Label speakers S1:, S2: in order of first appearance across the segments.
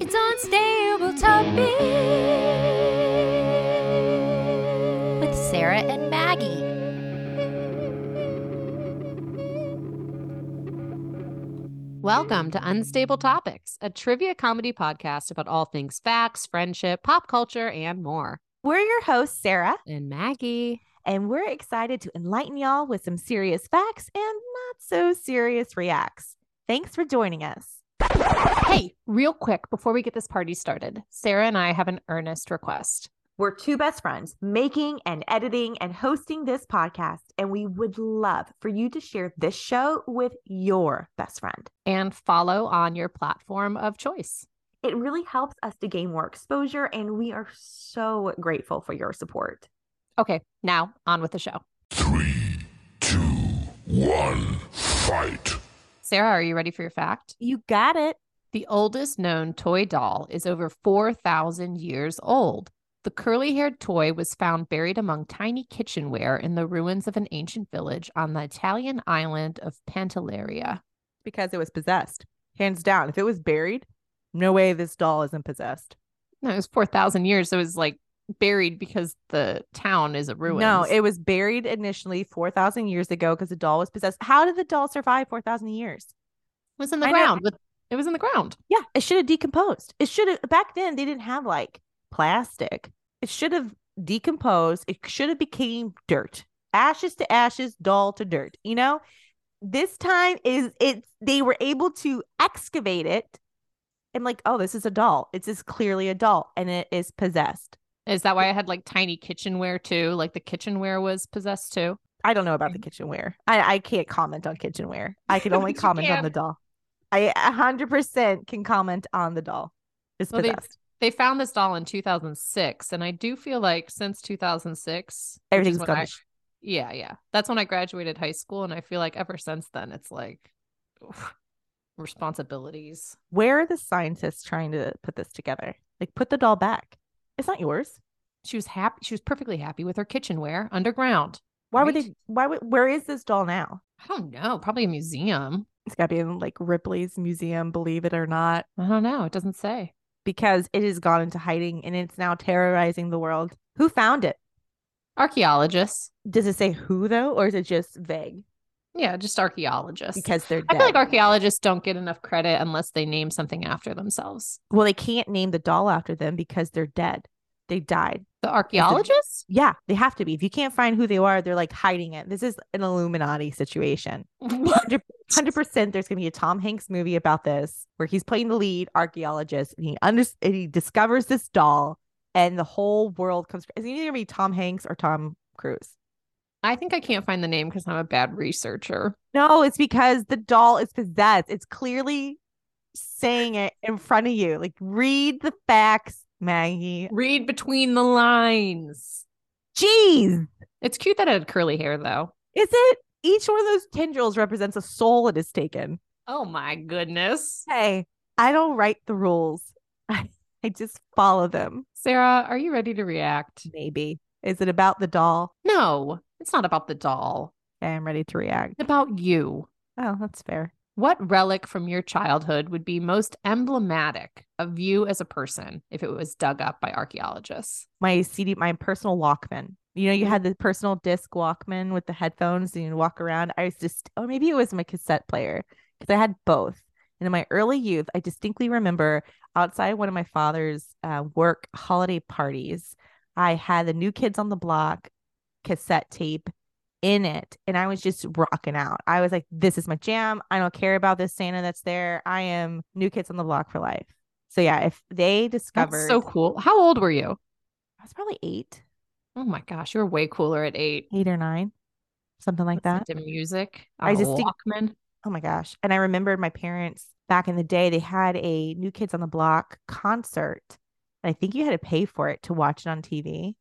S1: It's Unstable Topic with Sarah and Maggie.
S2: Welcome to Unstable Topics, a trivia comedy podcast about all things facts, friendship, pop culture, and more.
S3: We're your hosts, Sarah,
S2: And Maggie,
S3: and we're excited to enlighten y'all with some serious facts and not so serious reacts. Thanks for joining us.
S2: hey, real quick before we get this party started, Sarah and I have an earnest request.
S3: We're two best friends making and editing and hosting this podcast, and we would love for you to share this show with your best friend.
S2: And follow on your platform of choice.
S3: It really helps us to gain more exposure, and we are so grateful for your support.
S2: Okay, now on with the show.
S4: Three, two, one, fight.
S2: Sarah, are you ready for your fact?
S3: You got it.
S2: The oldest known toy doll is over 4,000 years old. The curly haired toy was found buried among tiny kitchenware in the ruins of an ancient village on the Italian island of Pantelleria.
S3: Because it was possessed. Hands down, if it was buried, no way this doll isn't possessed.
S2: No, it was 4,000 years. So it was like buried because the town is a ruin.
S3: No, it was buried initially 4,000 years ago because the doll was possessed. How did the doll survive 4,000 years?
S2: was in the
S3: I know.
S2: ground. With, it was in the ground.
S3: Yeah, it should have decomposed. It should have, back then, they didn't have like plastic. It should have decomposed. It should have became dirt. Ashes to ashes, doll to dirt. You know, this time is it, they were able to excavate it and like, oh, this is a doll. It's is clearly a doll and it is possessed.
S2: Is that why I had like tiny kitchenware too? Like the kitchenware was possessed too?
S3: I don't know about the
S2: Mhm.
S3: kitchenware. I, I can't comment on kitchenware. I can only
S2: But you
S3: comment
S2: can.
S3: on the doll. I a hundred percent can comment on the doll. It's
S2: Well, they-
S3: possessed.
S2: They found this doll in 2006. And I do feel like since 2006,
S3: Everything's
S2: when
S3: gone. to
S2: I-
S3: sh-
S2: Yeah, yeah. That's when I graduated high school. And I feel like ever since then, it's like oof, responsibilities.
S3: Where are the scientists trying to put this together? Like, put the doll back. It's not yours.
S2: She was happy. She was perfectly happy with her kitchenware underground.
S3: Why would
S2: Right?
S3: they? Why would? Where is this doll now?
S2: I don't know. Probably a museum.
S3: It's got to be in like Ripley's museum, believe it or not,
S2: I don't know. It doesn't say.
S3: because it has gone into hiding and it's now terrorizing the world. Who found it?
S2: Archaeologists.
S3: Does it say who though, or is it just vague?
S2: Yeah, just archaeologists.
S3: Because they're. Dead.
S2: I feel like archaeologists don't get enough credit unless they name something after themselves.
S3: Well, they can't name the doll after them because they're dead. They died.
S2: The archaeologists?
S3: Yeah, they have to be. If you can't find who they are, they're like hiding it. This is an Illuminati situation. 100 percent. There's going to be a Tom Hanks movie about this where he's playing the lead archaeologist and he under- and he discovers this doll and the whole world comes. It's either going to be Tom Hanks or Tom Cruise.
S2: I think I can't find the name because I'm a bad researcher.
S3: No, it's because the doll is possessed. It's clearly saying it in front of you. Like read the facts, Maggie.
S2: Read between the lines.
S3: Jeez.
S2: It's cute that it had curly hair, though.
S3: Is it each one of those tendrils represents a soul it is taken?
S2: Oh my goodness.
S3: Hey, I don't write the rules. I, I just follow them.
S2: Sarah, are you ready to react?
S3: Maybe. Is it about the doll?
S2: No, it's not about the doll.
S3: Okay, I'm ready to react.
S2: It's about you.
S3: Oh, that's fair.
S2: What relic from your childhood would be most emblematic of you as a person if it was dug up by archaeologists?
S3: My CD, my personal Walkman. You know,
S2: Mm-hmm.
S3: you had the personal disc Walkman with the headphones and you walk around. I was just, or maybe it was my cassette player because I had both. And in my early youth, I distinctly remember outside one of my father's uh, work holiday parties, I had the New Kids on the Block cassette tape in it. And I was just rocking out. I was like, this is my jam. I don't care about this Santa that's there. I am New Kids on the Block for life. So, yeah, if they discovered,
S2: That's so cool. How old were you?
S3: I was probably eight,
S2: Oh my gosh, you were way cooler at eight.
S3: eight or nine, something like that.
S2: Listen to music.
S3: I
S2: on a
S3: just think-
S2: Walkman.
S3: Oh my gosh. And I remembered my parents back in the day, they had a New Kids on the Block concert. And I think you had to pay for it to watch it on TV.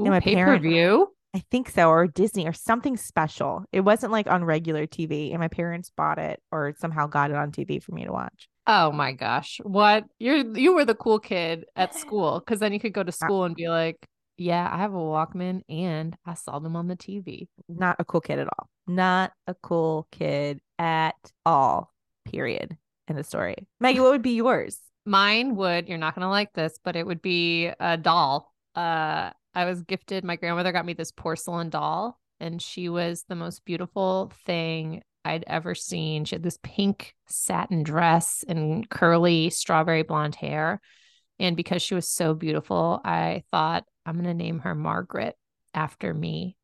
S2: Ooh,
S3: and my
S2: pay per
S3: parent-
S2: view.
S3: I think so, or Disney or something special. It wasn't like on regular TV. And my parents bought it or somehow got it on TV for me to watch.
S2: Oh my gosh. What? You're you were the cool kid at school cuz then you could go to school and be like, "Yeah, I have a Walkman and I saw them on the TV."
S3: Not a cool kid at all. Not a cool kid at all. Period. In the story. Maggie, what would be yours?
S2: Mine would, you're not going to like this, but it would be a doll. Uh, I was gifted, my grandmother got me this porcelain doll, and she was the most beautiful thing I'd ever seen. She had this pink satin dress and curly strawberry blonde hair. And because she was so beautiful, I thought, I'm going to name her Margaret after me,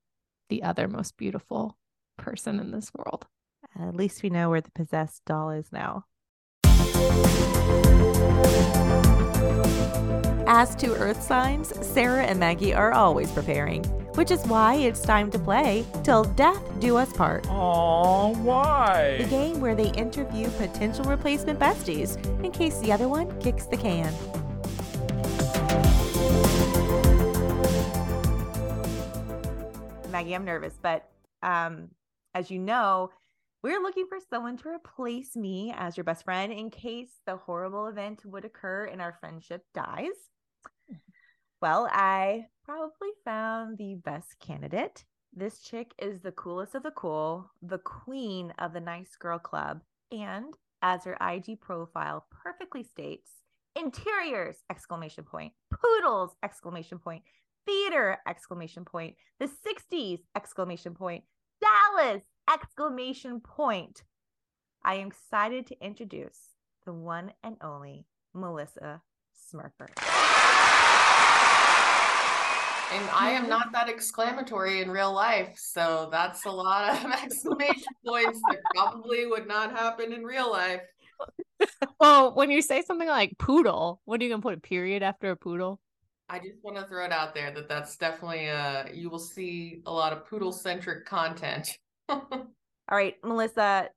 S2: the other most beautiful person in this world.
S3: At least we know where the possessed doll is now. As to earth signs, Sarah and Maggie are always preparing, which is why it's time to play Till Death Do Us Part.
S5: Aw,
S3: The
S5: why?
S3: game where they interview potential replacement besties in case the other one kicks the can. Maggie, I'm nervous, but um, as you know, we're looking for someone to replace me as your best friend in case the horrible event would occur and our friendship dies. Well, I probably found the best candidate. This chick is the coolest of the cool, the queen of the nice girl club, and as her IG profile perfectly states, interiors exclamation point, poodles exclamation point, theater exclamation point, the 60s exclamation point, Dallas exclamation point. I am excited to introduce the one and only Melissa Smurfer.
S6: And I am not that exclamatory in real life, so that's a lot of exclamation points that probably would not happen in real life.
S2: Well, when you say something like poodle, what are you going to put a period after a poodle?
S6: I just want to throw it out there that that's definitely uh you will see a lot of poodle centric content.
S3: All right, Melissa,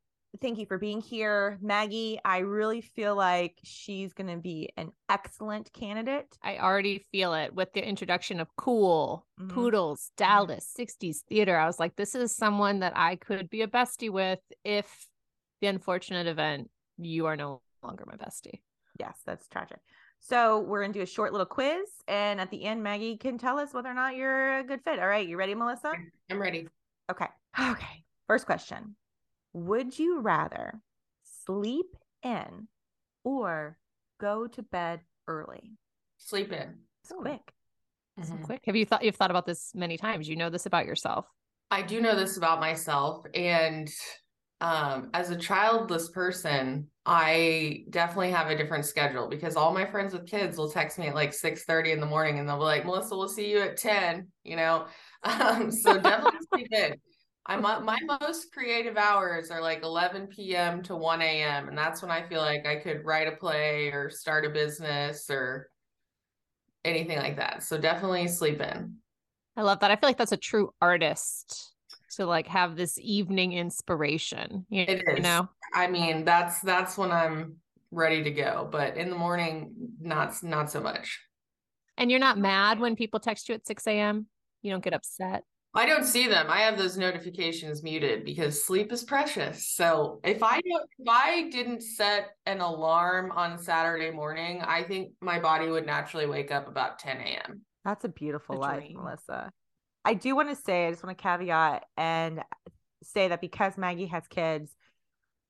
S3: thank you for being here. Maggie, I really feel like she's going to be an excellent candidate.
S2: I already feel it with the introduction of cool,
S3: Mhm.
S6: Mm-hmm.
S2: poodles, Dallas, 60s theater. I was like, this is someone that I could be a bestie with if the unfortunate event, you are no longer my bestie.
S3: Yes, that's tragic. So, we're going to do a short little quiz. And at the end, Maggie can tell us whether or not you're a good fit. All right, you ready, Melissa?
S6: I'm ready.
S3: Okay. Okay. First question Would you rather sleep in or go to bed early?
S6: Sleep in.
S3: It's quick.
S2: This
S6: Mm-hmm.
S2: is quick. Have you thought you've thought about this many times? You know this about yourself.
S6: I do know this about myself, and um, as a childless person, I definitely have a different schedule because all my friends with kids will text me at like six thirty in the morning, and they'll be like, "Melissa, we'll see you at 10, You know, um, so definitely sleep in. I'm uh, my most creative hours are like eleven p.m. to one a.m., and that's when I feel like I could write a play or start a business or anything like that. So definitely sleep in.
S2: I love that. I feel like that's a true artist to like have this evening inspiration. You,
S6: It
S2: you
S6: is.
S2: know,
S6: I mean, that's that's when I'm ready to go, but in the morning, not not so much.
S2: and you're not mad when people text you at 6 a.m. You don't get upset.
S6: I don't see them. I have those notifications muted because sleep is precious. So if I don't, if I didn't set an alarm on Saturday morning, I think my body would naturally wake up about 10 a.m.
S3: That's a beautiful
S2: A
S3: life,
S2: dream.
S3: Melissa. I do want to say, I just want to caveat and say that because Maggie has kids,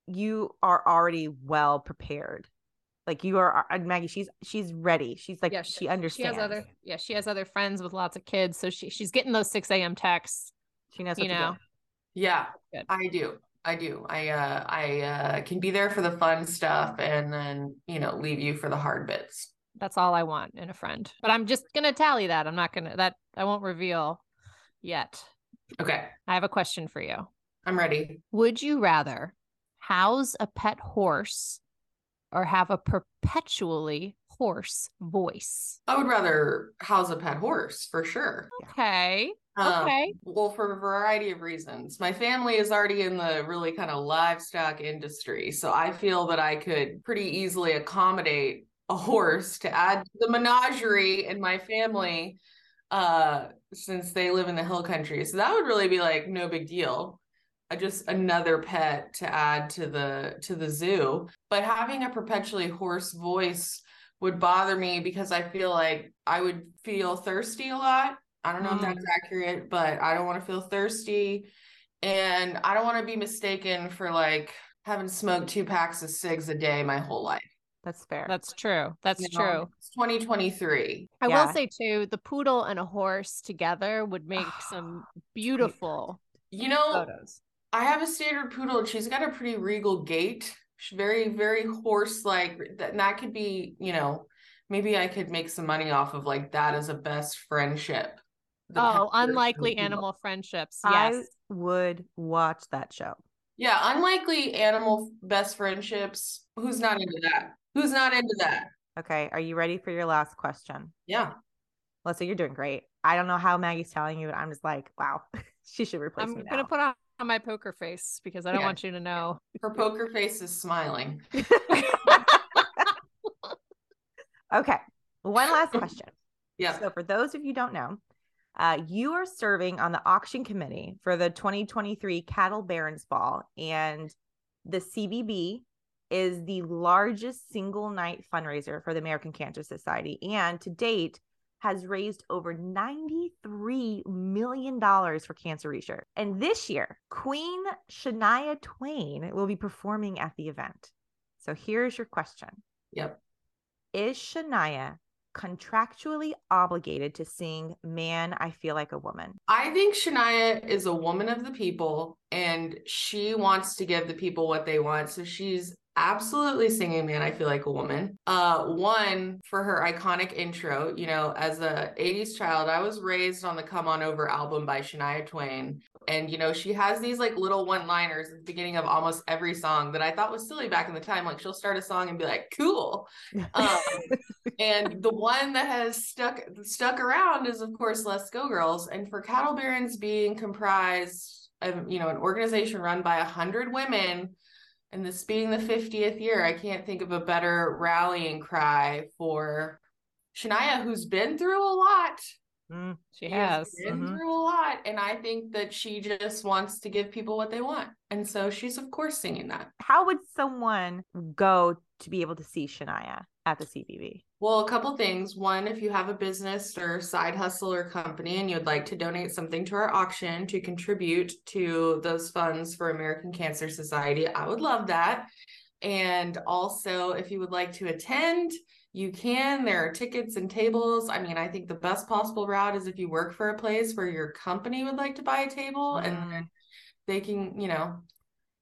S3: you are already well prepared. Like you are, and Maggie, she's she's ready. She's like
S2: Yeah,
S3: she
S2: She
S3: understands.
S2: has other yeah, she has other friends with lots of kids, so she she's getting those 6 a.m. texts.
S3: She knows what
S2: you
S3: to
S2: know.
S3: do.
S6: Yeah,
S2: Good.
S6: I do. I do. I uh I uh can be there for the fun stuff and then, you know, leave you for the hard bits.
S2: That's all I want in a friend. But I'm just gonna tally that. I'm not gonna that I won't reveal yet.
S6: Okay,
S2: I have a question for you.
S6: I'm ready.
S2: Would you rather house a pet horse or have a perpetually hoarse voice?
S6: I would rather house a pet horse for sure.
S2: Okay.
S6: Um,
S2: Okay.
S6: well, for a variety of reasons. My family is already in the really kind of livestock industry. So I feel that I could pretty easily accommodate a horse to add to the menagerie in my family uh, since they live in the hill country. So that would really be like no big deal. Uh, Just another pet to add to the to the zoo. But having a perpetually hoarse voice would bother me because I feel like I would feel thirsty a lot. I don't know if that's accurate, but I don't want to feel thirsty. And I don't want to be mistaken for like having smoked two packs of cigs a day my whole life.
S3: That's fair.
S2: That's true. That's
S6: You know,
S2: true.
S6: It's 2023.
S1: I
S3: Yeah.
S1: will say too, the poodle and a horse together would make some beautiful
S6: You know,
S1: photos.
S6: I have a standard poodle and she's got a pretty regal gait. She's very, very horse like. That, that could be, you know, maybe I could make some money off of like that as a best friendship. The
S1: Oh,
S6: Packers and
S1: unlikely
S6: the Poodle.
S1: animal friendships.
S3: I
S1: Yes.
S3: would watch that show.
S6: Yeah, unlikely animal f- best friendships. Who's not into that? Who's not into that?
S3: Okay. Are you ready for your last question?
S6: Yeah.
S3: Let's say you're doing great. I don't know how Maggie's telling you, but I'm just like, wow, she should replace
S1: I'm
S3: me.
S1: gonna put on on my poker face because I don't
S6: Yeah.
S1: want you to know.
S6: Her poker face is smiling.
S3: now. okay. One last question.
S6: Yeah.
S3: So, for those of you who don't know, uh, you are serving on the auction committee for the 2023 Cattle Barons Ball, and the CBB is the largest single night fundraiser for the American Cancer Society, and to date has raised over $93 million for cancer research. And this year, Queen Shania Twain will be performing at the event. So, here's your question
S6: Yep.
S3: Is Shania contractually obligated to sing Man, I Feel Like a Woman.
S6: I think Shania is a woman of the people and she wants to give the people what they want. So she's absolutely singing man i feel like a woman uh one for her iconic intro you know as a 80s child i was raised on the come on over album by shania twain and you know she has these like little one liners at the beginning of almost every song that i thought was silly back in the time like she'll start a song and be like cool um, and the one that has stuck stuck around is of course let's go girls and for cattle barons being comprised of you know an organization run by 100 women and this being the 50th year i can't think of a better rallying cry for shania who's been through a lot
S3: Mm,
S2: She
S6: She has
S2: has.
S6: been
S3: Mhm.
S6: through a lot and i think that she just wants to give people what they want and so she's of course singing that
S3: How would someone go to be able to see Shania at the CBB?
S6: Well, a couple things. One, if you have a business or side hustle or company and you'd like to donate something to our auction to contribute to those funds for American Cancer Society, I would love that. And also, if you would like to attend, you can. There are tickets and tables. I mean, I think the best possible route is if you work for a place where your company would like to buy a table and
S3: Mm.
S6: then they can, you know,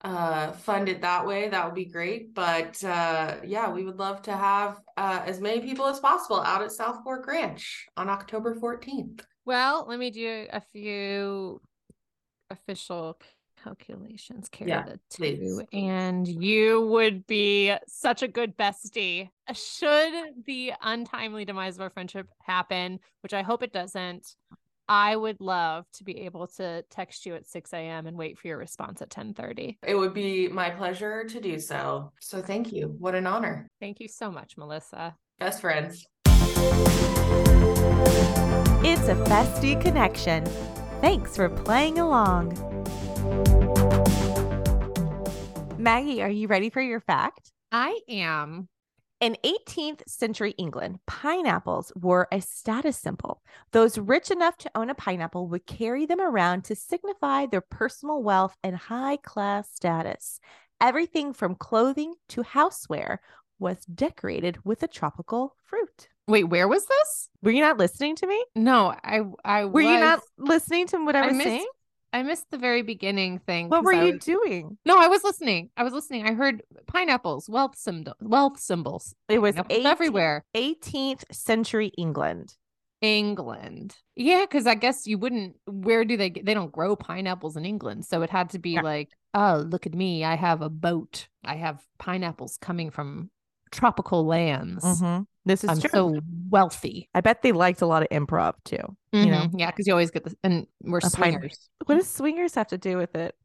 S6: uh fund it that way that would be great but uh yeah we would love to have uh as many people as possible out at south fork ranch on october 14th
S1: Well, let me do a few official calculations. Carry
S6: Yeah,
S1: the two,
S6: please.
S1: and you would be such a good bestie. Should the untimely demise of our friendship happen, which I hope it doesn't, I would love to be able to text you at six a.m. and wait for your response at ten thirty.
S6: it would be my pleasure to do so so thank you what an honor
S1: Thank you so much, Melissa.
S6: best friends
S3: It's a festy connection. Thanks for playing along. Maggie, are you ready for your fact?
S2: I am.
S3: In 18th century England, pineapples were a status symbol. Those rich enough to own a pineapple would carry them around to signify their personal wealth and high class status. Everything from clothing to houseware was decorated with a tropical fruit.
S2: Wait, where was this?
S3: Were you not listening to me?
S2: No, I I
S3: Were you not
S2: was-
S3: listening to what I
S2: I
S3: was
S2: missed
S3: saying?
S2: I missed the very beginning thing.
S3: What
S2: 'cause
S3: were
S2: I
S3: you
S2: was-
S3: doing?
S2: No, I was listening. I was listening. I heard pineapples, wealth symbol, wealth symbols.
S3: It was
S2: Pineapples
S3: 18th
S2: everywhere.
S3: 18th century England.
S2: England. Yeah, because I guess you wouldn't. Where do they? get- They don't grow pineapples in England, so it had to be
S3: Yeah.
S2: like, oh, look at me! I have a boat. I have pineapples coming from tropical lands.
S3: This
S2: Mm-hmm.
S3: is
S2: I'm
S3: Mm-hmm. true.
S2: so wealthy.
S3: I bet they liked a lot of improv too. You know?
S2: Mhm. yeah, because you always get this, and we're
S3: Mm-hmm. A pine-
S2: swingers.
S3: What does swingers have to do with it?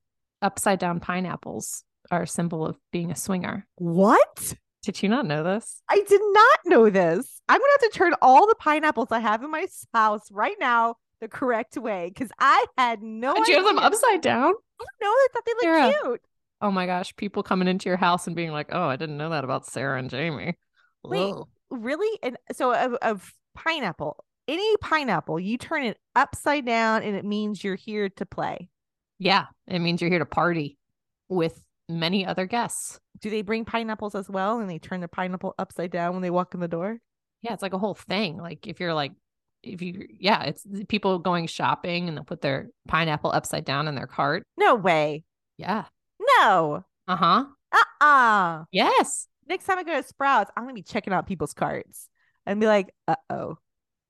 S2: Upside down pineapples are a symbol of being a swinger.
S3: What?
S2: Did you not know this?
S3: I did not know this. I'm gonna have to turn all the pineapples I have in my house right now the correct way because Oh, I had no
S2: Did you have them
S3: idea.
S2: upside down?
S3: No, I thought they looked
S2: Sarah.
S3: cute.
S2: Oh my gosh, people coming into your house and being like, "Oh, I didn't know that about Sarah and Jamie."
S3: Wait.
S2: Ugh.
S3: Really? And so of, of pineapple, any pineapple, you turn it upside down and it means you're here to play.
S2: Yeah, it means you're here to party with many other guests.
S3: Do they bring pineapples as well? And they turn the pineapple upside down when they walk in the door?
S2: Yeah, it's like a whole thing. Like if you're like, if you, yeah, it's the people going shopping and they'll put their pineapple upside down in their cart.
S3: No way.
S2: Yeah.
S3: No.
S2: Uh huh.
S3: Uh uh
S2: Yes.
S3: Next time I go to Sprouts, I'm going to be checking out people's carts and be like, uh oh.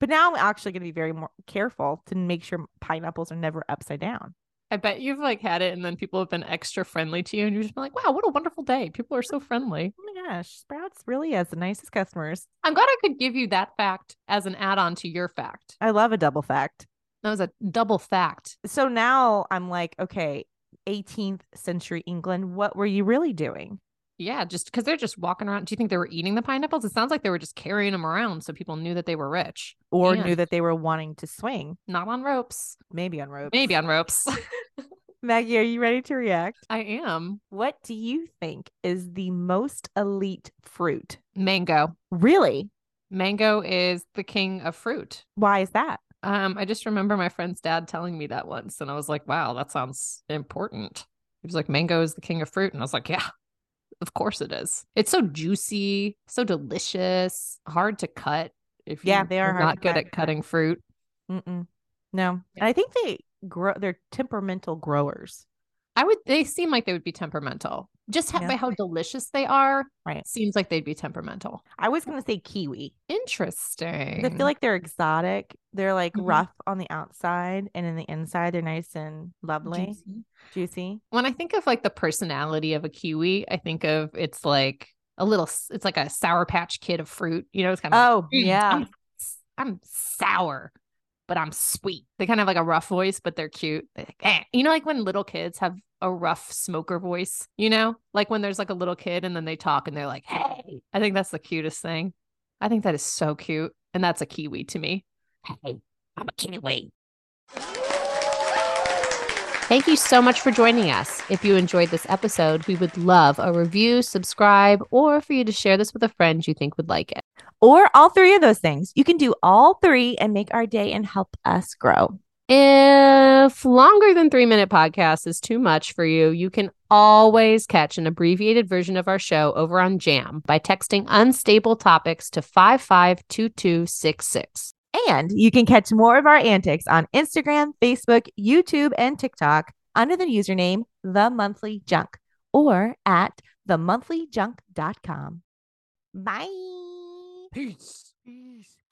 S3: But now I'm actually going to be very more careful to make sure pineapples are never upside down.
S2: I bet you've like had it and then people have been extra friendly to you and you're just been like, wow, what a wonderful day. People are so friendly.
S3: Oh my gosh, Sprouts really has the nicest customers.
S2: I'm glad I could give you that fact as an add on to your fact.
S3: I love a double fact.
S2: That was a double fact.
S3: so now I'm like, okay, 18th century England, what were you really doing?
S2: Yeah, just because they're just walking around. Do you think they were eating the pineapples? It sounds like they were just carrying them around so people knew that they were rich.
S3: Or
S2: Yeah.
S3: knew that they were wanting to swing,
S2: Not on ropes,
S3: maybe on ropes.
S2: maybe on ropes.
S3: Maggie, are you ready to react?
S2: I am.
S3: What do you think is the most elite fruit?
S2: Mango.
S3: Really?
S2: Mango is the king of fruit.
S3: Why is that?
S2: Um, I just remember my friend's dad telling me that once, and I was like, wow, that sounds important. He was like, mango is the king of fruit. And I was like, yeah, of course it is. It's so juicy, so delicious, hard to cut. If
S3: Yeah,
S2: you
S3: they are hard
S2: not
S3: to
S2: good
S3: cut.
S2: at cutting fruit.
S3: Mm-mm. No. And I think they grow, they're temperamental growers.
S2: I would, they seem like they would be temperamental. Just ha-
S3: Yeah.
S2: by how delicious they are,
S3: Right.
S2: seems like they'd be temperamental.
S3: I was going to say kiwi. 'cause
S2: Interesting.
S3: I feel like they're exotic. They're like
S2: Mhm.
S3: rough on the outside, and in the inside, they're nice and lovely,
S2: Juicy.
S3: juicy.
S2: when I think of like the personality of a kiwi, I think of it's like a little, s- it's like a sour patch kid of fruit. You know, it's kind of
S3: Oh,
S2: like, "Mm,
S3: yeah.
S2: I'm, s- I'm sour, but I'm sweet. They kind of have like a rough voice, but they're cute. They're like, "Eh." You know, like when little kids have a rough smoker voice, you know, like when there's like a little kid and then they talk and they're like, hey, I think that's the cutest thing. I think that is so cute. And that's a kiwi to me. Hey, I'm a kiwi. Thank you so much for joining us. If you enjoyed this episode, we would love a review, subscribe, or for you to share this with a friend you think would like it.
S3: or all three of those things. You can do all three and make our day and help us grow.
S2: If longer than three minute podcast is too much for you, you can always catch an abbreviated version of our show over on Jam by texting unstable topics to 552266.
S3: And you can catch more of our antics on Instagram, Facebook, YouTube, and TikTok under the username The Monthly Junk or at themonthlyjunk.com. Bye.
S4: Peace. Peace.